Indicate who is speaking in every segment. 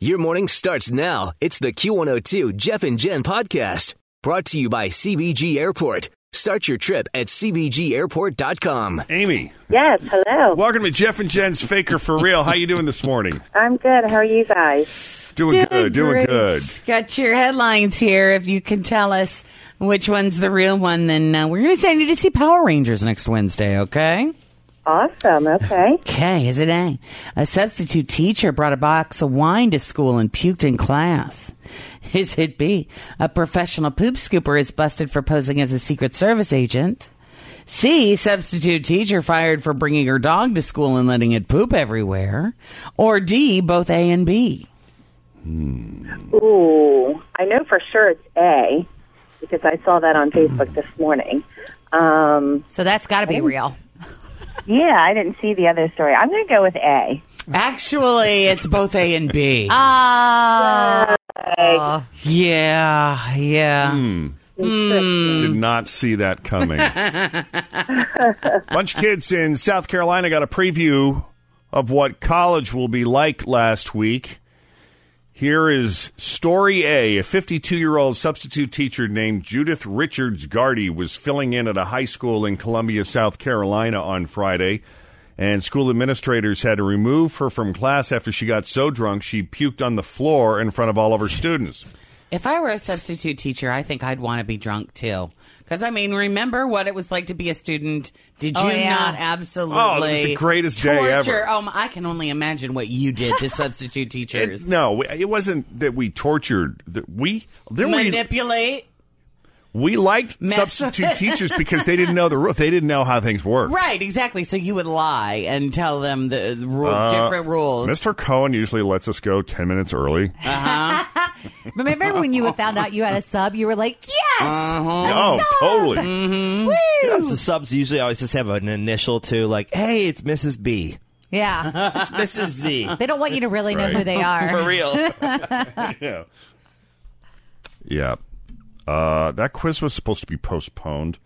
Speaker 1: Your morning starts now. It's the Q102 Jeff and Jen podcast brought to you by CBG Airport. Start your trip at CBGAirport.com.
Speaker 2: Amy,
Speaker 3: Yes, hello.
Speaker 2: welcome to Jeff and Jen's Faker for Real. How you doing this morning?
Speaker 3: I'm good. How are you guys?
Speaker 2: Doing good, doing
Speaker 4: great.
Speaker 2: good.
Speaker 4: Got your headlines here. If you can tell us which one's the real one, then uh, we're going to send you to see Power Rangers next Wednesday, okay?
Speaker 3: Awesome. Okay.
Speaker 4: Okay, is it A? A substitute teacher brought a box of wine to school and puked in class. Is it B? A professional poop scooper is busted for posing as a Secret Service agent. C, substitute teacher fired for bringing her dog to school and letting it poop everywhere. Or D, both A and B.
Speaker 3: Ooh, I know for sure it's A because I saw that on Facebook this morning. Um,
Speaker 5: So that's got to be real.
Speaker 3: yeah, I didn't see the other story. I'm going to go with A.
Speaker 4: Actually, it's both A and B. Ah.
Speaker 5: Uh,
Speaker 4: Yeah, yeah.
Speaker 2: Did not see that coming. Bunch of kids in South Carolina got a preview of what college will be like last week. Here is story A. A 52 year old substitute teacher named Judith Richards Gardy was filling in at a high school in Columbia, South Carolina on Friday, and school administrators had to remove her from class after she got so drunk she puked on the floor in front of all of her students.
Speaker 4: If I were a substitute teacher, I think I'd want to be drunk too. Because I mean, remember what it was like to be a student? Did you
Speaker 5: Oh, yeah.
Speaker 4: not absolutely?
Speaker 2: Oh, it was the greatest day
Speaker 4: torture?
Speaker 2: ever.
Speaker 4: Oh, my, I can only imagine what you did to substitute teachers.
Speaker 2: It, no, it wasn't that we tortured. That we there were
Speaker 4: Manipulate.
Speaker 2: we liked
Speaker 4: Mess.
Speaker 2: substitute teachers because they didn't know the rules. They didn't know how things work.
Speaker 4: Right, exactly. So you would lie and tell them the ru-
Speaker 2: Uh,
Speaker 4: different rules.
Speaker 2: Mr. Cohen usually lets us go ten minutes early.
Speaker 5: remember when you had found out you had a sub? You were like, yes,
Speaker 4: Uh-huh.
Speaker 2: oh,
Speaker 4: Mm.
Speaker 2: totally.
Speaker 6: Plus, the subs usually always just have an initial to like, hey, it's Mrs. B.
Speaker 5: yeah.
Speaker 6: It's Mrs. Z.
Speaker 5: They don't want you to really know
Speaker 2: Right.
Speaker 5: who they are.
Speaker 6: For real.
Speaker 2: Yeah. Yeah. Uh, that quiz was supposed to be postponed.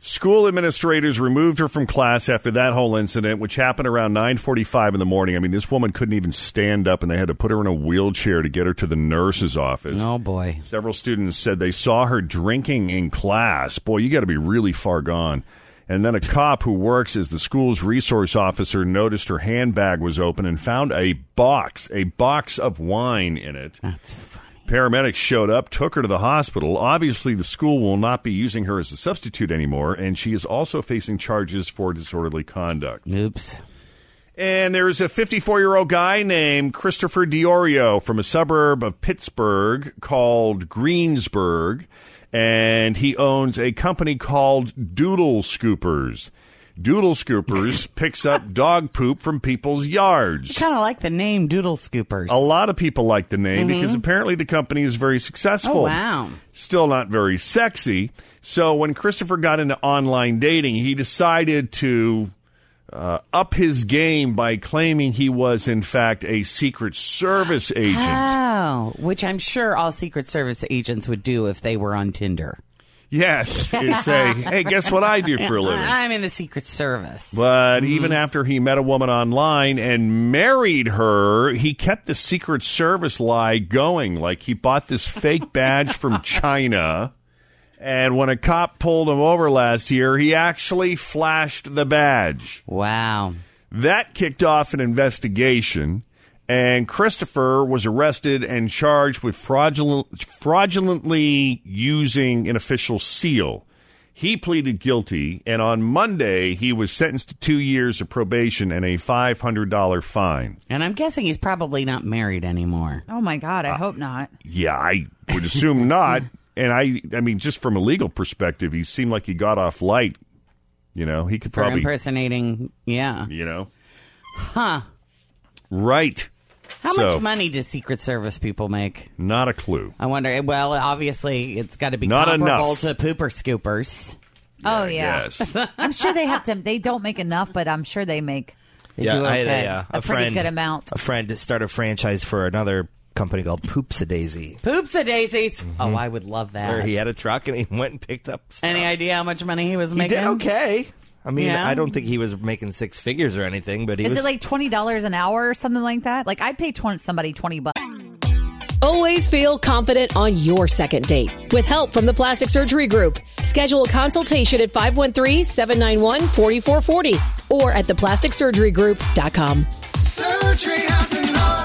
Speaker 2: School administrators removed her from class after that whole incident, which happened around 9:45 in the morning. I mean, this woman couldn't even stand up, and they had to put her in a wheelchair to get her to the nurse's office.
Speaker 4: oh boy.
Speaker 2: Several students said they saw her drinking in class. Boy, you got to be really far gone. And then a cop who works as the school's resource officer noticed her handbag was open and found a box, a box of wine in it. That's funny. Paramedics showed up, took her to the hospital. Obviously, the school will not be using her as a substitute anymore, and she is also facing charges for disorderly conduct.
Speaker 4: Oops.
Speaker 2: And there is a 54 year old guy named Christopher Diorio from a suburb of Pittsburgh called Greensburg. And he owns a company called Doodle Scoopers. Doodle Scoopers picks up dog poop from people's yards.
Speaker 4: Kind of like the name Doodle Scoopers.
Speaker 2: A lot of people like the name because apparently the company is very successful.
Speaker 4: Mm-hmm. Oh, wow.
Speaker 2: Still not very sexy. So when Christopher got into online dating, he decided to uh, up his game by claiming he was, in fact, a Secret Service agent.
Speaker 4: Oh, which I'm sure all Secret Service agents would do if they were on Tinder.
Speaker 2: Yes. and say, hey, guess what I do for a living?
Speaker 4: I'm in the Secret Service.
Speaker 2: But even after he met a woman online and married her, he kept the Secret Service lie going. Like he bought this fake badge from China. And when a cop pulled him over last year, he actually flashed the badge.
Speaker 4: Wow.
Speaker 2: That kicked off an investigation. and Christopher was arrested and charged with fraudulent, fraudulently using an official seal. He pleaded guilty, and on Monday, he was sentenced to two years of probation and a $500 fine.
Speaker 4: And I'm guessing he's probably not married anymore.
Speaker 7: Oh my God, I hope not.
Speaker 2: Yeah, I would assume not. And I, I mean, just from a legal perspective, he seemed like he got off light. You know, he could
Speaker 4: For
Speaker 2: probably,
Speaker 4: impersonating, yeah.
Speaker 2: you know,
Speaker 4: Huh.
Speaker 2: right.
Speaker 4: How
Speaker 2: so,
Speaker 4: much money do Secret Service people make?
Speaker 2: Not a clue.
Speaker 4: I wonder. Well, obviously, it's got to be
Speaker 2: Not
Speaker 4: comparable
Speaker 2: enough.
Speaker 4: to pooper scoopers.
Speaker 7: Oh yeah.
Speaker 2: Yes.
Speaker 5: I'm sure they have to. They don't make enough, but I'm sure they make.
Speaker 4: They
Speaker 6: yeah,
Speaker 4: do
Speaker 6: I had
Speaker 4: okay.
Speaker 6: a, uh,
Speaker 5: A
Speaker 6: a,
Speaker 5: pretty
Speaker 6: friend,
Speaker 5: good amount.
Speaker 6: A friend that started a franchise for another company called Poops a Daisy,
Speaker 4: Poops a daisies. Oh, I would love
Speaker 6: Mm-hmm. where
Speaker 4: that.
Speaker 6: he had a truck and he went and picked up. Stuff.
Speaker 4: Any idea how much money he was
Speaker 6: He
Speaker 4: making?
Speaker 6: did okay. I mean,
Speaker 4: Yeah.
Speaker 6: I don't think he was making six figures or anything, but he
Speaker 5: Is
Speaker 6: was
Speaker 5: it like twenty dollars an hour or something like that? Like I'd pay 20, somebody twenty bucks.
Speaker 8: Always feel confident on your second date. With help from the Plastic Surgery Group, schedule a consultation at 513-791-4440 or at theplasticsurgerygroup.com.
Speaker 9: Surgery has an art.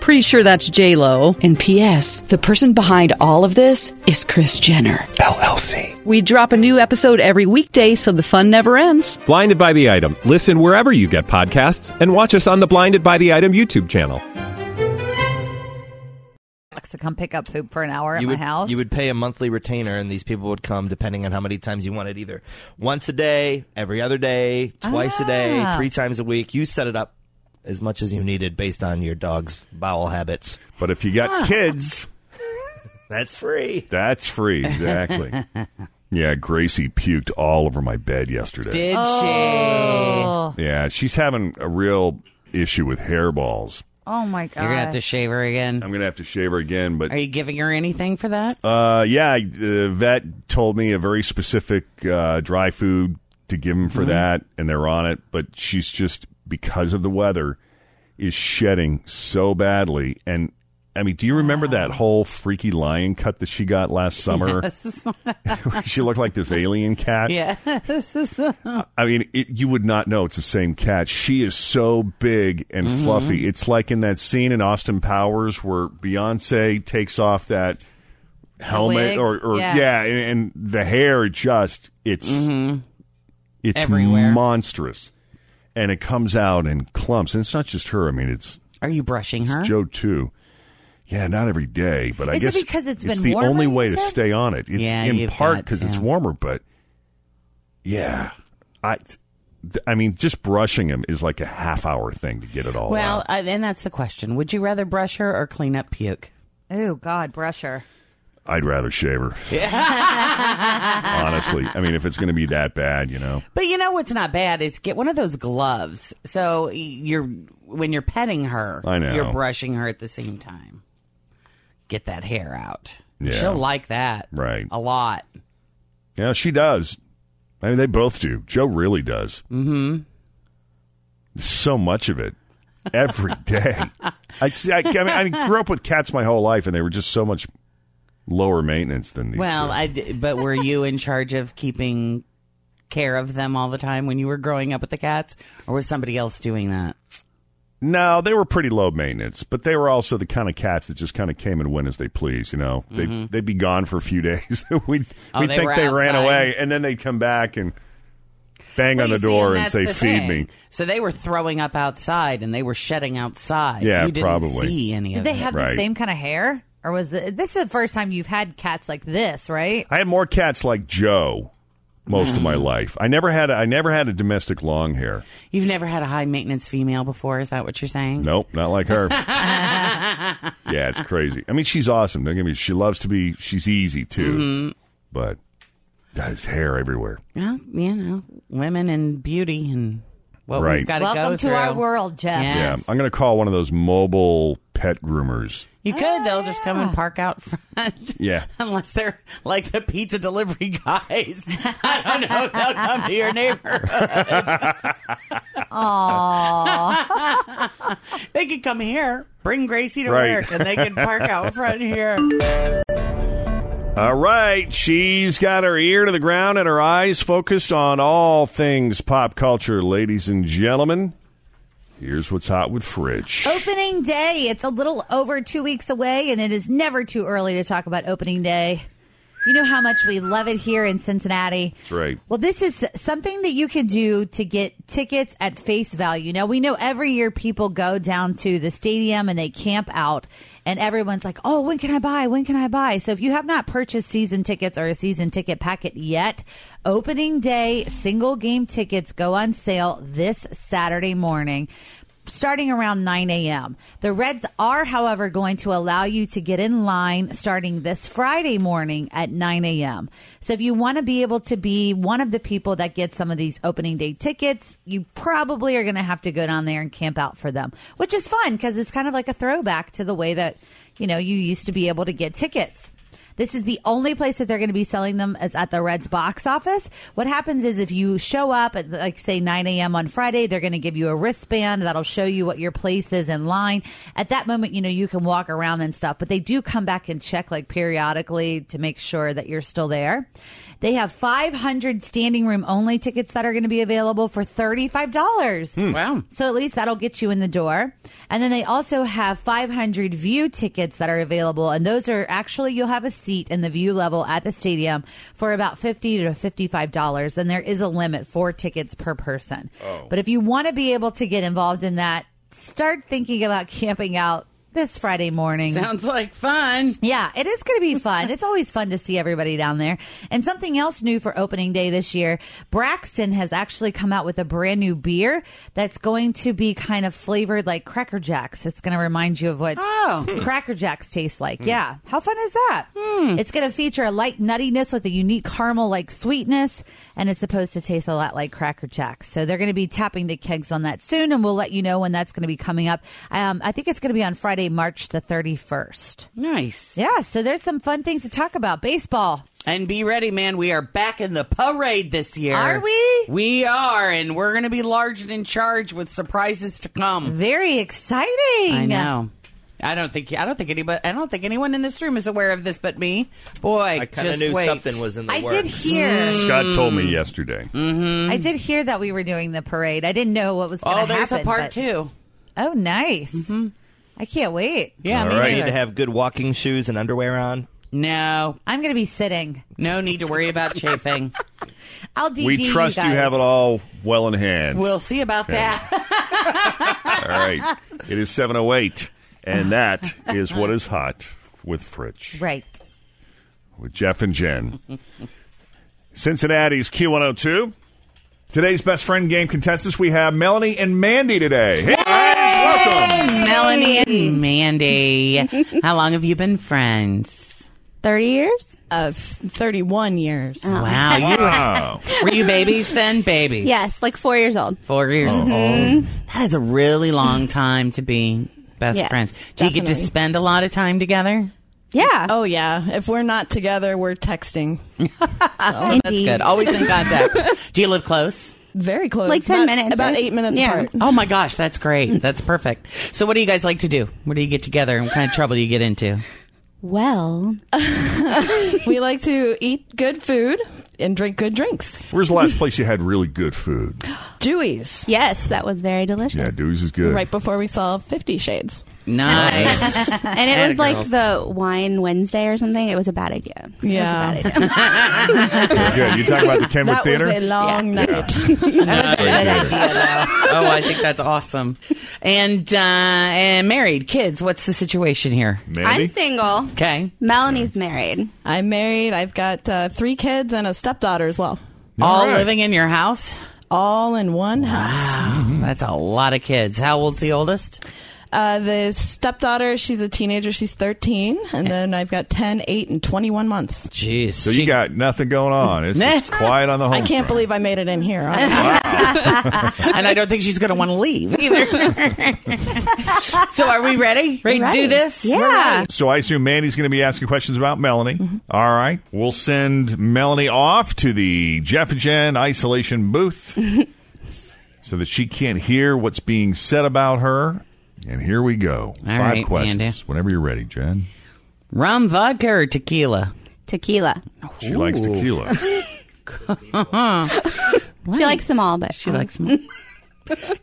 Speaker 7: Pretty sure that's J Lo.
Speaker 8: And PS, the person behind all of this is Chris Jenner.
Speaker 10: LLC.
Speaker 7: We drop a new episode every weekday, so the fun never ends.
Speaker 10: Blinded by the item. Listen wherever you get podcasts, and watch us on the Blinded by the Item YouTube channel.
Speaker 5: to come pick up poop for an hour at
Speaker 6: you
Speaker 5: my
Speaker 6: would,
Speaker 5: house.
Speaker 6: You would pay a monthly retainer, and these people would come depending on how many times you wanted either once a day, every other day, twice a day,
Speaker 5: Ah.
Speaker 6: three times a week. You set it up as much as you needed based on your dog's bowel habits.
Speaker 2: But if you got kids,
Speaker 6: That's free.
Speaker 2: that's free. Exactly. yeah, Gracie puked all over my bed yesterday.
Speaker 4: Did
Speaker 5: Oh.
Speaker 2: Yeah, she's having a real issue with hairballs.
Speaker 7: Oh my God.
Speaker 4: she? You're gonna have to shave her again.
Speaker 6: Um,
Speaker 2: I'm gonna have to shave her again, but
Speaker 4: Are you giving her anything for that?
Speaker 2: uh, yeah, the vet told me a very specific uh, dry food to give him for that, and they're on it. But she's just because of the weather is shedding so badly, and I mean, do you remember that whole freaky lion cut that she got last summer? she looked like this alien cat.
Speaker 4: yeah.
Speaker 2: I mean, it, you would not know it's the same cat. She is so big and fluffy. It's like in that scene in Austin Powers where Beyonce takes off that helmet
Speaker 5: wig?
Speaker 2: or, or yeah,
Speaker 5: Yeah.
Speaker 2: and, and the hair just it's
Speaker 5: Mm-hmm.
Speaker 2: it's
Speaker 4: Everywhere.
Speaker 2: monstrous, and it comes out in clumps. And it's not just her. I mean, it's
Speaker 4: Are you brushing her?
Speaker 2: Joe too. Yeah, not every day, but I
Speaker 5: Is it
Speaker 2: guess
Speaker 5: because it's
Speaker 2: it's
Speaker 5: been
Speaker 2: the
Speaker 5: warmer,
Speaker 2: only
Speaker 5: you
Speaker 2: way to
Speaker 5: said?
Speaker 2: stay on it. It's
Speaker 4: Yeah,
Speaker 2: in
Speaker 4: you've
Speaker 2: part
Speaker 4: got
Speaker 2: because it's
Speaker 4: to.
Speaker 2: warmer, but yeah, I, th- I mean, just brushing him is like a half hour thing to get it all
Speaker 4: well,
Speaker 2: out.
Speaker 4: uh, and that's the question. Would you rather brush her or clean up puke?
Speaker 5: Oh God, brush her.
Speaker 2: I'd rather shave her. Honestly, I mean, if it's going to be that bad, you know,
Speaker 4: But you know what's not bad is get one of those gloves. So y- you're when you're petting her,
Speaker 2: I know.
Speaker 4: you're brushing her at the same time. Get that hair out.
Speaker 2: Yeah.
Speaker 4: She'll like that.
Speaker 2: Right.
Speaker 4: A lot.
Speaker 2: yeah, she does. I mean, they both do. Joe really does. Mm-hmm. So much of it every day. I, see- I, I mean, I grew up with cats my whole life, and they were just so much lower maintenance than these.
Speaker 4: Well,
Speaker 2: two.
Speaker 4: I d- but were you in charge of keeping care of them all the time when you were growing up with the cats or was somebody else doing that?
Speaker 2: No, they were pretty low maintenance, but they were also the kind of cats that just kind of came and went as they please. You know, they they'd be gone for a few days. we'd
Speaker 4: Mm-hmm. Oh,
Speaker 2: we'd
Speaker 4: they
Speaker 2: think
Speaker 4: were
Speaker 2: they ran
Speaker 4: outside.
Speaker 2: away, and then they'd come back and bang
Speaker 4: Well,
Speaker 2: on the
Speaker 4: you see,
Speaker 2: door and
Speaker 4: that's
Speaker 2: say,
Speaker 4: the
Speaker 2: "Feed
Speaker 4: thing.
Speaker 2: me."
Speaker 4: So they were throwing up outside and they were shedding outside.
Speaker 2: Yeah,
Speaker 4: you didn't
Speaker 2: probably.
Speaker 4: see any
Speaker 5: Did
Speaker 4: of
Speaker 5: they
Speaker 4: it.
Speaker 5: have
Speaker 2: Right.
Speaker 5: the same kind of hair, or was the, this is the first time you've had cats like this? Right?
Speaker 2: I had more cats like Joe most of my life. I never had a, I never had a domestic long hair.
Speaker 4: You've never had a high maintenance female before, is that what you're saying?
Speaker 2: Nope, not like her. yeah, it's crazy. I mean, she's awesome. Don't get me. She loves to be. She's easy too, but there's hair everywhere.
Speaker 4: Well, you know, women and beauty and what
Speaker 2: Right.
Speaker 4: we've got to go
Speaker 5: Welcome to
Speaker 4: through.
Speaker 5: our world, Jeff.
Speaker 4: Yeah.
Speaker 2: Yeah,
Speaker 4: Yes.
Speaker 2: I'm going to call one of those mobile pet groomers.
Speaker 4: You could. They'll just come
Speaker 5: Ah.
Speaker 4: and park out front.
Speaker 2: Yeah.
Speaker 4: Unless they're like the pizza delivery guys. I don't know. They'll come to your neighborhood. Aww. they could come here, bring Gracie to
Speaker 2: Right.
Speaker 4: work, and they can park out front here.
Speaker 2: All right, she's got her ear to the ground and her eyes focused on all things pop culture, ladies and gentlemen. Here's what's hot with Fridge.
Speaker 5: Oh. Opening day. It's a little over two weeks away, and it is never too early to talk about opening day. You know how much we love it here in Cincinnati.
Speaker 2: That's right.
Speaker 5: Well, this is something that you can do to get tickets at face value. Now, we know every year people go down to the stadium and they camp out, and everyone's like, oh, when can I buy? When can I buy? So, if you have not purchased season tickets or a season ticket packet yet, opening day single game tickets go on sale this Saturday morning. Starting around 9 a.m. The Reds are, however, going to allow you to get in line starting this Friday morning at 9 a.m. So if you want to be able to be one of the people that get some of these opening day tickets, you probably are going to have to go down there and camp out for them, which is fun because it's kind of like a throwback to the way that, you know, you used to be able to get tickets. This is the only place that they're going to be selling them is at the Reds box office. What happens is if you show up at like say 9 a.m. on Friday, they're going to give you a wristband that'll show you what your place is in line. At that moment, you know, you can walk around and stuff, but they do come back and check like periodically to make sure that you're still there. They have 500 standing room only tickets that are going to be available for $35. Wow. So at least that'll get you in the door. And then they also have 500 view tickets that are available. And those are actually, you'll have a seat in the view level at the stadium for about 50 to $55. And there is a limit for tickets per person.
Speaker 11: Oh.
Speaker 5: But if you want to be able to get involved in that, start thinking about camping out this Friday morning.
Speaker 4: Sounds like fun.
Speaker 5: Yeah, it is going to be fun. it's always fun to see everybody down there. And something else new for opening day this year Braxton has actually come out with a brand new beer that's going to be kind of flavored like Cracker Jacks. It's going to remind you of what Cracker Jacks tastes like.
Speaker 11: Hmm.
Speaker 5: Yeah. How fun is that? It's going to feature a light nuttiness with a unique caramel like sweetness, and it's supposed to taste a lot like Cracker Jacks. So they're going to be tapping the kegs on that soon, and we'll let you know when that's going to be coming up. Um, I think it's going to be on Friday, March the 31st.
Speaker 4: Nice.
Speaker 5: Yeah, so there's some fun things to talk about. Baseball.
Speaker 4: And be ready, man. We are back in the parade this year.
Speaker 5: Are we?
Speaker 4: We are, and we're going to be large and in charge with surprises to come.
Speaker 5: Very exciting.
Speaker 4: I know. I don't think I don't think anybody I don't think anyone in this room is aware of this but me. Boy,
Speaker 6: I kind
Speaker 4: just
Speaker 6: of knew
Speaker 4: wait.
Speaker 6: something was in the
Speaker 5: I
Speaker 6: works.
Speaker 5: did hear.
Speaker 2: Scott told me yesterday.
Speaker 5: I did hear that we were doing the parade. I didn't know what was going to
Speaker 4: Mm. Oh,
Speaker 5: happen.
Speaker 4: there's a part
Speaker 5: but-
Speaker 4: two. Mm-hmm.
Speaker 5: Oh, nice. I can't wait.
Speaker 6: All right. You need to have good walking shoes and underwear on.
Speaker 4: No.
Speaker 5: I'm going to be sitting.
Speaker 4: No need to worry about chafing.
Speaker 5: I'll DD
Speaker 2: we trust you,
Speaker 5: guys.
Speaker 2: have it all well in hand.
Speaker 4: We'll see about
Speaker 2: Okay.
Speaker 4: that.
Speaker 2: all right. It is 708, and that is what is hot with Fridge,
Speaker 5: Right.
Speaker 2: with Jeff and Jen. Cincinnati's Q102. Today's best friend game contestants, we have Melanie and Mandy today. Hey, guys, welcome.
Speaker 4: Melanie and Mandy. How long have you been friends?
Speaker 12: 30 years? Of 31 years.
Speaker 4: Wow. you-
Speaker 12: Wow.
Speaker 4: were you babies then? Babies.
Speaker 12: Yes, like four years old.
Speaker 4: Four years
Speaker 12: Mhm.
Speaker 4: old. That is a really long time to be best
Speaker 12: Yes,
Speaker 4: friends. Do you get to
Speaker 12: definitely.
Speaker 4: spend a lot of time together?
Speaker 12: Yeah. Oh, yeah. If we're not together, we're texting.
Speaker 4: Oh, that's good. Always in contact. Do you live close?
Speaker 12: Very close.
Speaker 13: Like 10
Speaker 12: About-
Speaker 13: minutes,
Speaker 12: About
Speaker 13: right?
Speaker 12: eight minutes
Speaker 13: Yeah.
Speaker 12: apart.
Speaker 4: Oh my gosh, that's great. That's perfect. So, what do you guys like to do? What do you get together, and what kind of trouble do you get into?
Speaker 12: Well, we like to eat good food and drink good drinks.
Speaker 2: Where's the last place you had really good food?
Speaker 12: Dewey's. Yes, that was very delicious.
Speaker 2: Yeah, Dewey's is good.
Speaker 12: Right before we saw Fifty Shades.
Speaker 4: Nice.
Speaker 13: and it was like the Wine Wednesday or something. It was a bad idea.
Speaker 12: Yeah.
Speaker 13: It was a bad idea.
Speaker 2: Good. You talking about the Kenwood
Speaker 12: That was
Speaker 2: Theater?
Speaker 12: a long night.
Speaker 4: oh, I think that's awesome. And uh, and married, kids. What's the situation here?
Speaker 13: I'm single.
Speaker 4: Okay.
Speaker 13: Melanie's married.
Speaker 12: I'm married. I've got uh, three kids and a stepdaughter as well.
Speaker 4: All living in your house?
Speaker 12: All in one house.
Speaker 4: Wow, that's a lot of kids. How old's the oldest?
Speaker 12: Uh, the stepdaughter, she's a teenager. She's 13. And then I've got 10, 8, and 21 months.
Speaker 4: Jeez. So
Speaker 2: you got nothing going on. It's
Speaker 12: Nah.
Speaker 2: just quiet on the home
Speaker 12: I can't
Speaker 2: front.
Speaker 12: believe I made it in here.
Speaker 4: and I don't think she's going to want to leave either. so, are we ready? Ready to do this?
Speaker 2: So I assume Mandy's going to be asking questions about Melanie.
Speaker 12: Mm-hmm.
Speaker 2: All right. We'll send Melanie off to the Jeff and Jen isolation booth. so that she can't hear what's being said about her. And here we go.
Speaker 4: All
Speaker 2: Five
Speaker 4: right,
Speaker 2: questions.
Speaker 4: Andy.
Speaker 2: Whenever you're ready, Jen.
Speaker 4: Rum, vodka, or tequila?
Speaker 13: Tequila.
Speaker 2: She likes tequila.
Speaker 13: she likes them all, but
Speaker 4: she likes them.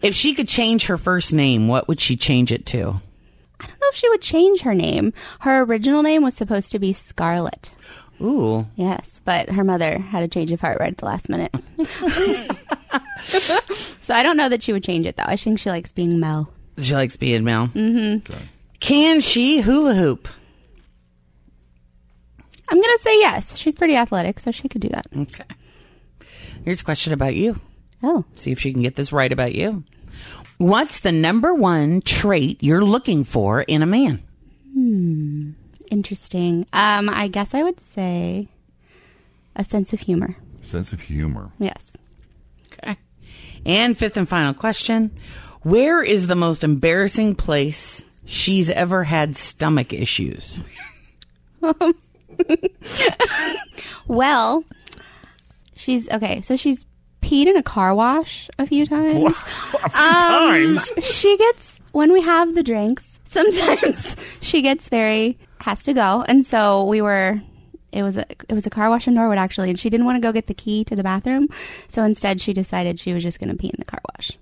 Speaker 4: if she could change her first name, what would she change it to?
Speaker 13: I don't know if she would change her name. Her original name was supposed to be Scarlet.
Speaker 4: Ooh.
Speaker 13: Yes, but her mother had a change of heart right at the last minute. so I don't know that she would change it though. I think she likes being Mel.
Speaker 4: She likes being Mel.
Speaker 13: hmm
Speaker 5: Mm-hmm.
Speaker 4: Can she hula hoop?
Speaker 13: I'm gonna say yes. She's pretty athletic, so she could do that.
Speaker 4: Okay. Here's a question about you.
Speaker 13: Oh.
Speaker 4: See if she can get this right about you. What's the number one trait you're looking for in a man?
Speaker 13: Hmm. Interesting. Um, I guess I would say a sense of humor.
Speaker 2: Sense of humor.
Speaker 13: Yes.
Speaker 4: And fifth and final question Where is the most embarrassing place she's ever had stomach issues?
Speaker 13: Well, she's okay. So she's peed in a car wash a few times. Um,
Speaker 9: A few times?
Speaker 13: She gets when we have the drinks. Sometimes she gets very has to go, and so we were. It was a it was a car wash in Norwood actually, and she didn't want to go get the key to the bathroom, so instead she decided she was just going to pee in the car wash.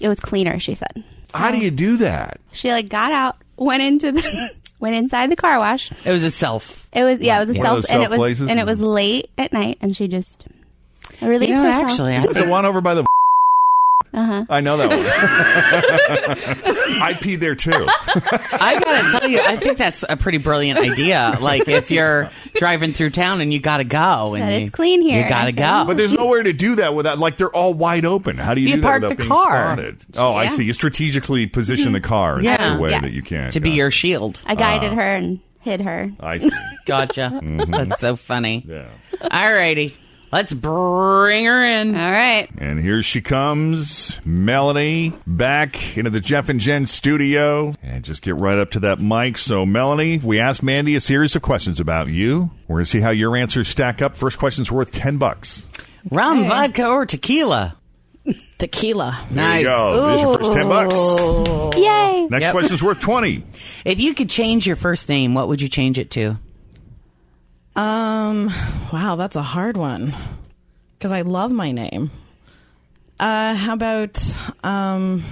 Speaker 13: It was cleaner, she said.
Speaker 2: How do you do that?
Speaker 13: She like got out, went into the went inside the car wash,
Speaker 4: It was a self.
Speaker 13: it was yeah, it was a
Speaker 2: One of
Speaker 13: self,
Speaker 2: those
Speaker 13: and
Speaker 2: self
Speaker 13: it was
Speaker 2: places?
Speaker 13: and it was late at night, and she just relieved
Speaker 4: You know,
Speaker 13: herself.
Speaker 4: actually, I-
Speaker 2: Is that the one over by the.
Speaker 13: uh
Speaker 12: Uh-huh.
Speaker 13: huh.
Speaker 2: I know that one. I peed there too.
Speaker 4: I gotta tell you, I think that's a pretty brilliant idea. Like if you're driving through town and you gotta go, and
Speaker 13: That
Speaker 4: you,
Speaker 13: it's clean here,
Speaker 4: you gotta
Speaker 13: I
Speaker 4: go.
Speaker 2: But there's nowhere to do that without, like, they're all wide open. How do you,
Speaker 4: You
Speaker 2: do that
Speaker 4: park
Speaker 2: without
Speaker 4: the
Speaker 2: being
Speaker 4: car.
Speaker 2: spotted? Oh, I
Speaker 13: Yeah.
Speaker 2: see. You strategically position the car in
Speaker 4: Yeah.
Speaker 2: such a way
Speaker 13: Yes.
Speaker 2: that you can
Speaker 4: to be your shield.
Speaker 13: I guided
Speaker 2: Ah.
Speaker 13: her and hid her.
Speaker 2: I see.
Speaker 4: Gotcha.
Speaker 2: Mhm.
Speaker 4: That's so funny.
Speaker 2: Yeah.
Speaker 4: All righty, let's bring her in.
Speaker 13: All right.
Speaker 2: And here she comes, Melanie, back into the Jeff and Jen studio. And just get right up to that mic. So, Melanie, we asked Mandy a series of questions about you. We're going to see how your answers stack up. First question's worth 10 bucks.
Speaker 4: Rum, vodka, or tequila?
Speaker 12: Tequila.
Speaker 2: There
Speaker 4: Nice.
Speaker 2: you go. There's your first 10 bucks.
Speaker 13: Yay.
Speaker 2: Next
Speaker 4: Yep.
Speaker 2: question's worth 20.
Speaker 4: If you could change your first name, what would you change it to?
Speaker 12: Um, wow, that's a hard one because I love my name. Uh, how about um,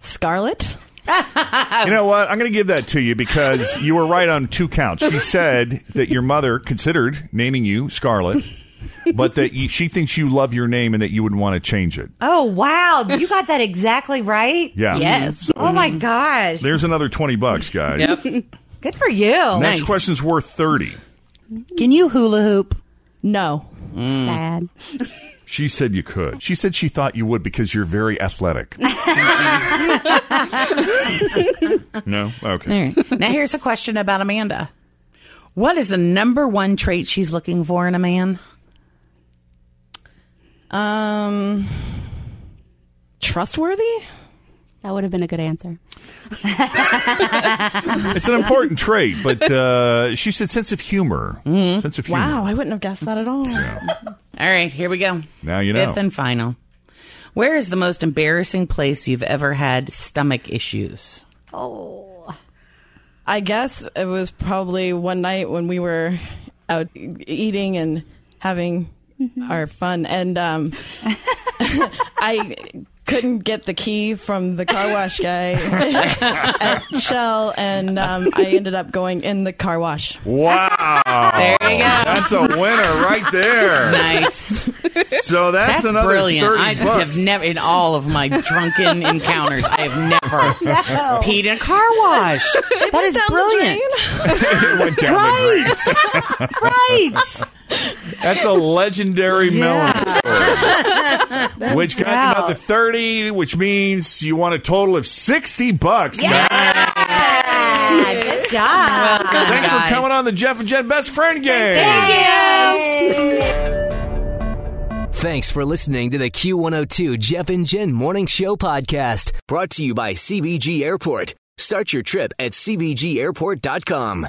Speaker 12: Scarlet?
Speaker 2: You know what? I'm going to give that to you because you were right on two counts. She said that your mother considered naming you Scarlet, but that you, she thinks you love your name and that you would want to change it.
Speaker 5: Oh wow, you got that exactly right.
Speaker 2: Yeah. Mm-hmm. Yes.
Speaker 5: oh my gosh,
Speaker 2: There's another 20 bucks, guys.
Speaker 5: good for you.
Speaker 2: Next question's worth 30.
Speaker 4: Can you hula hoop?
Speaker 12: No.
Speaker 13: Bad.
Speaker 2: She said you could. She said she thought you would because you're very athletic. no? Okay.
Speaker 4: All right. Now here's a question about Amanda. What is the number one trait she's looking for in a man?
Speaker 12: Um, trustworthy?
Speaker 13: That would have been a good answer.
Speaker 2: It's an important trait, but uh, she said sense of humor. Sense of humor.
Speaker 12: Wow, I wouldn't have guessed that at all.
Speaker 4: All right, here we go.
Speaker 2: Now you know.
Speaker 4: Fifth and final. Where is the most embarrassing place you've ever had stomach issues?
Speaker 13: Oh.
Speaker 12: I guess it was probably one night when we were out e- eating and having our fun, and um, I couldn't get the key from the car wash guy at Shell, and um, I ended up going in the car wash.
Speaker 2: Wow.
Speaker 12: There you go.
Speaker 2: That's a winner right there.
Speaker 4: Nice.
Speaker 2: So that's,
Speaker 4: That's
Speaker 2: another
Speaker 4: brilliant.
Speaker 2: 30
Speaker 4: I
Speaker 2: bucks.
Speaker 4: have never, in all of my drunken encounters, I have never peed in a car wash. That is brilliant.
Speaker 2: it went down the drain.
Speaker 4: right.
Speaker 2: That's a legendary melon. Which got
Speaker 9: Wow.
Speaker 2: you another 30, which means you won a total of 60 bucks. guys.
Speaker 5: Good job.
Speaker 2: Thanks for coming on the Jeff and Jen Best Friend Game.
Speaker 1: Thanks for listening to the Q102 Jeff and Jen Morning Show podcast, brought to you by CBG Airport. Start your trip at CBGAirport.com.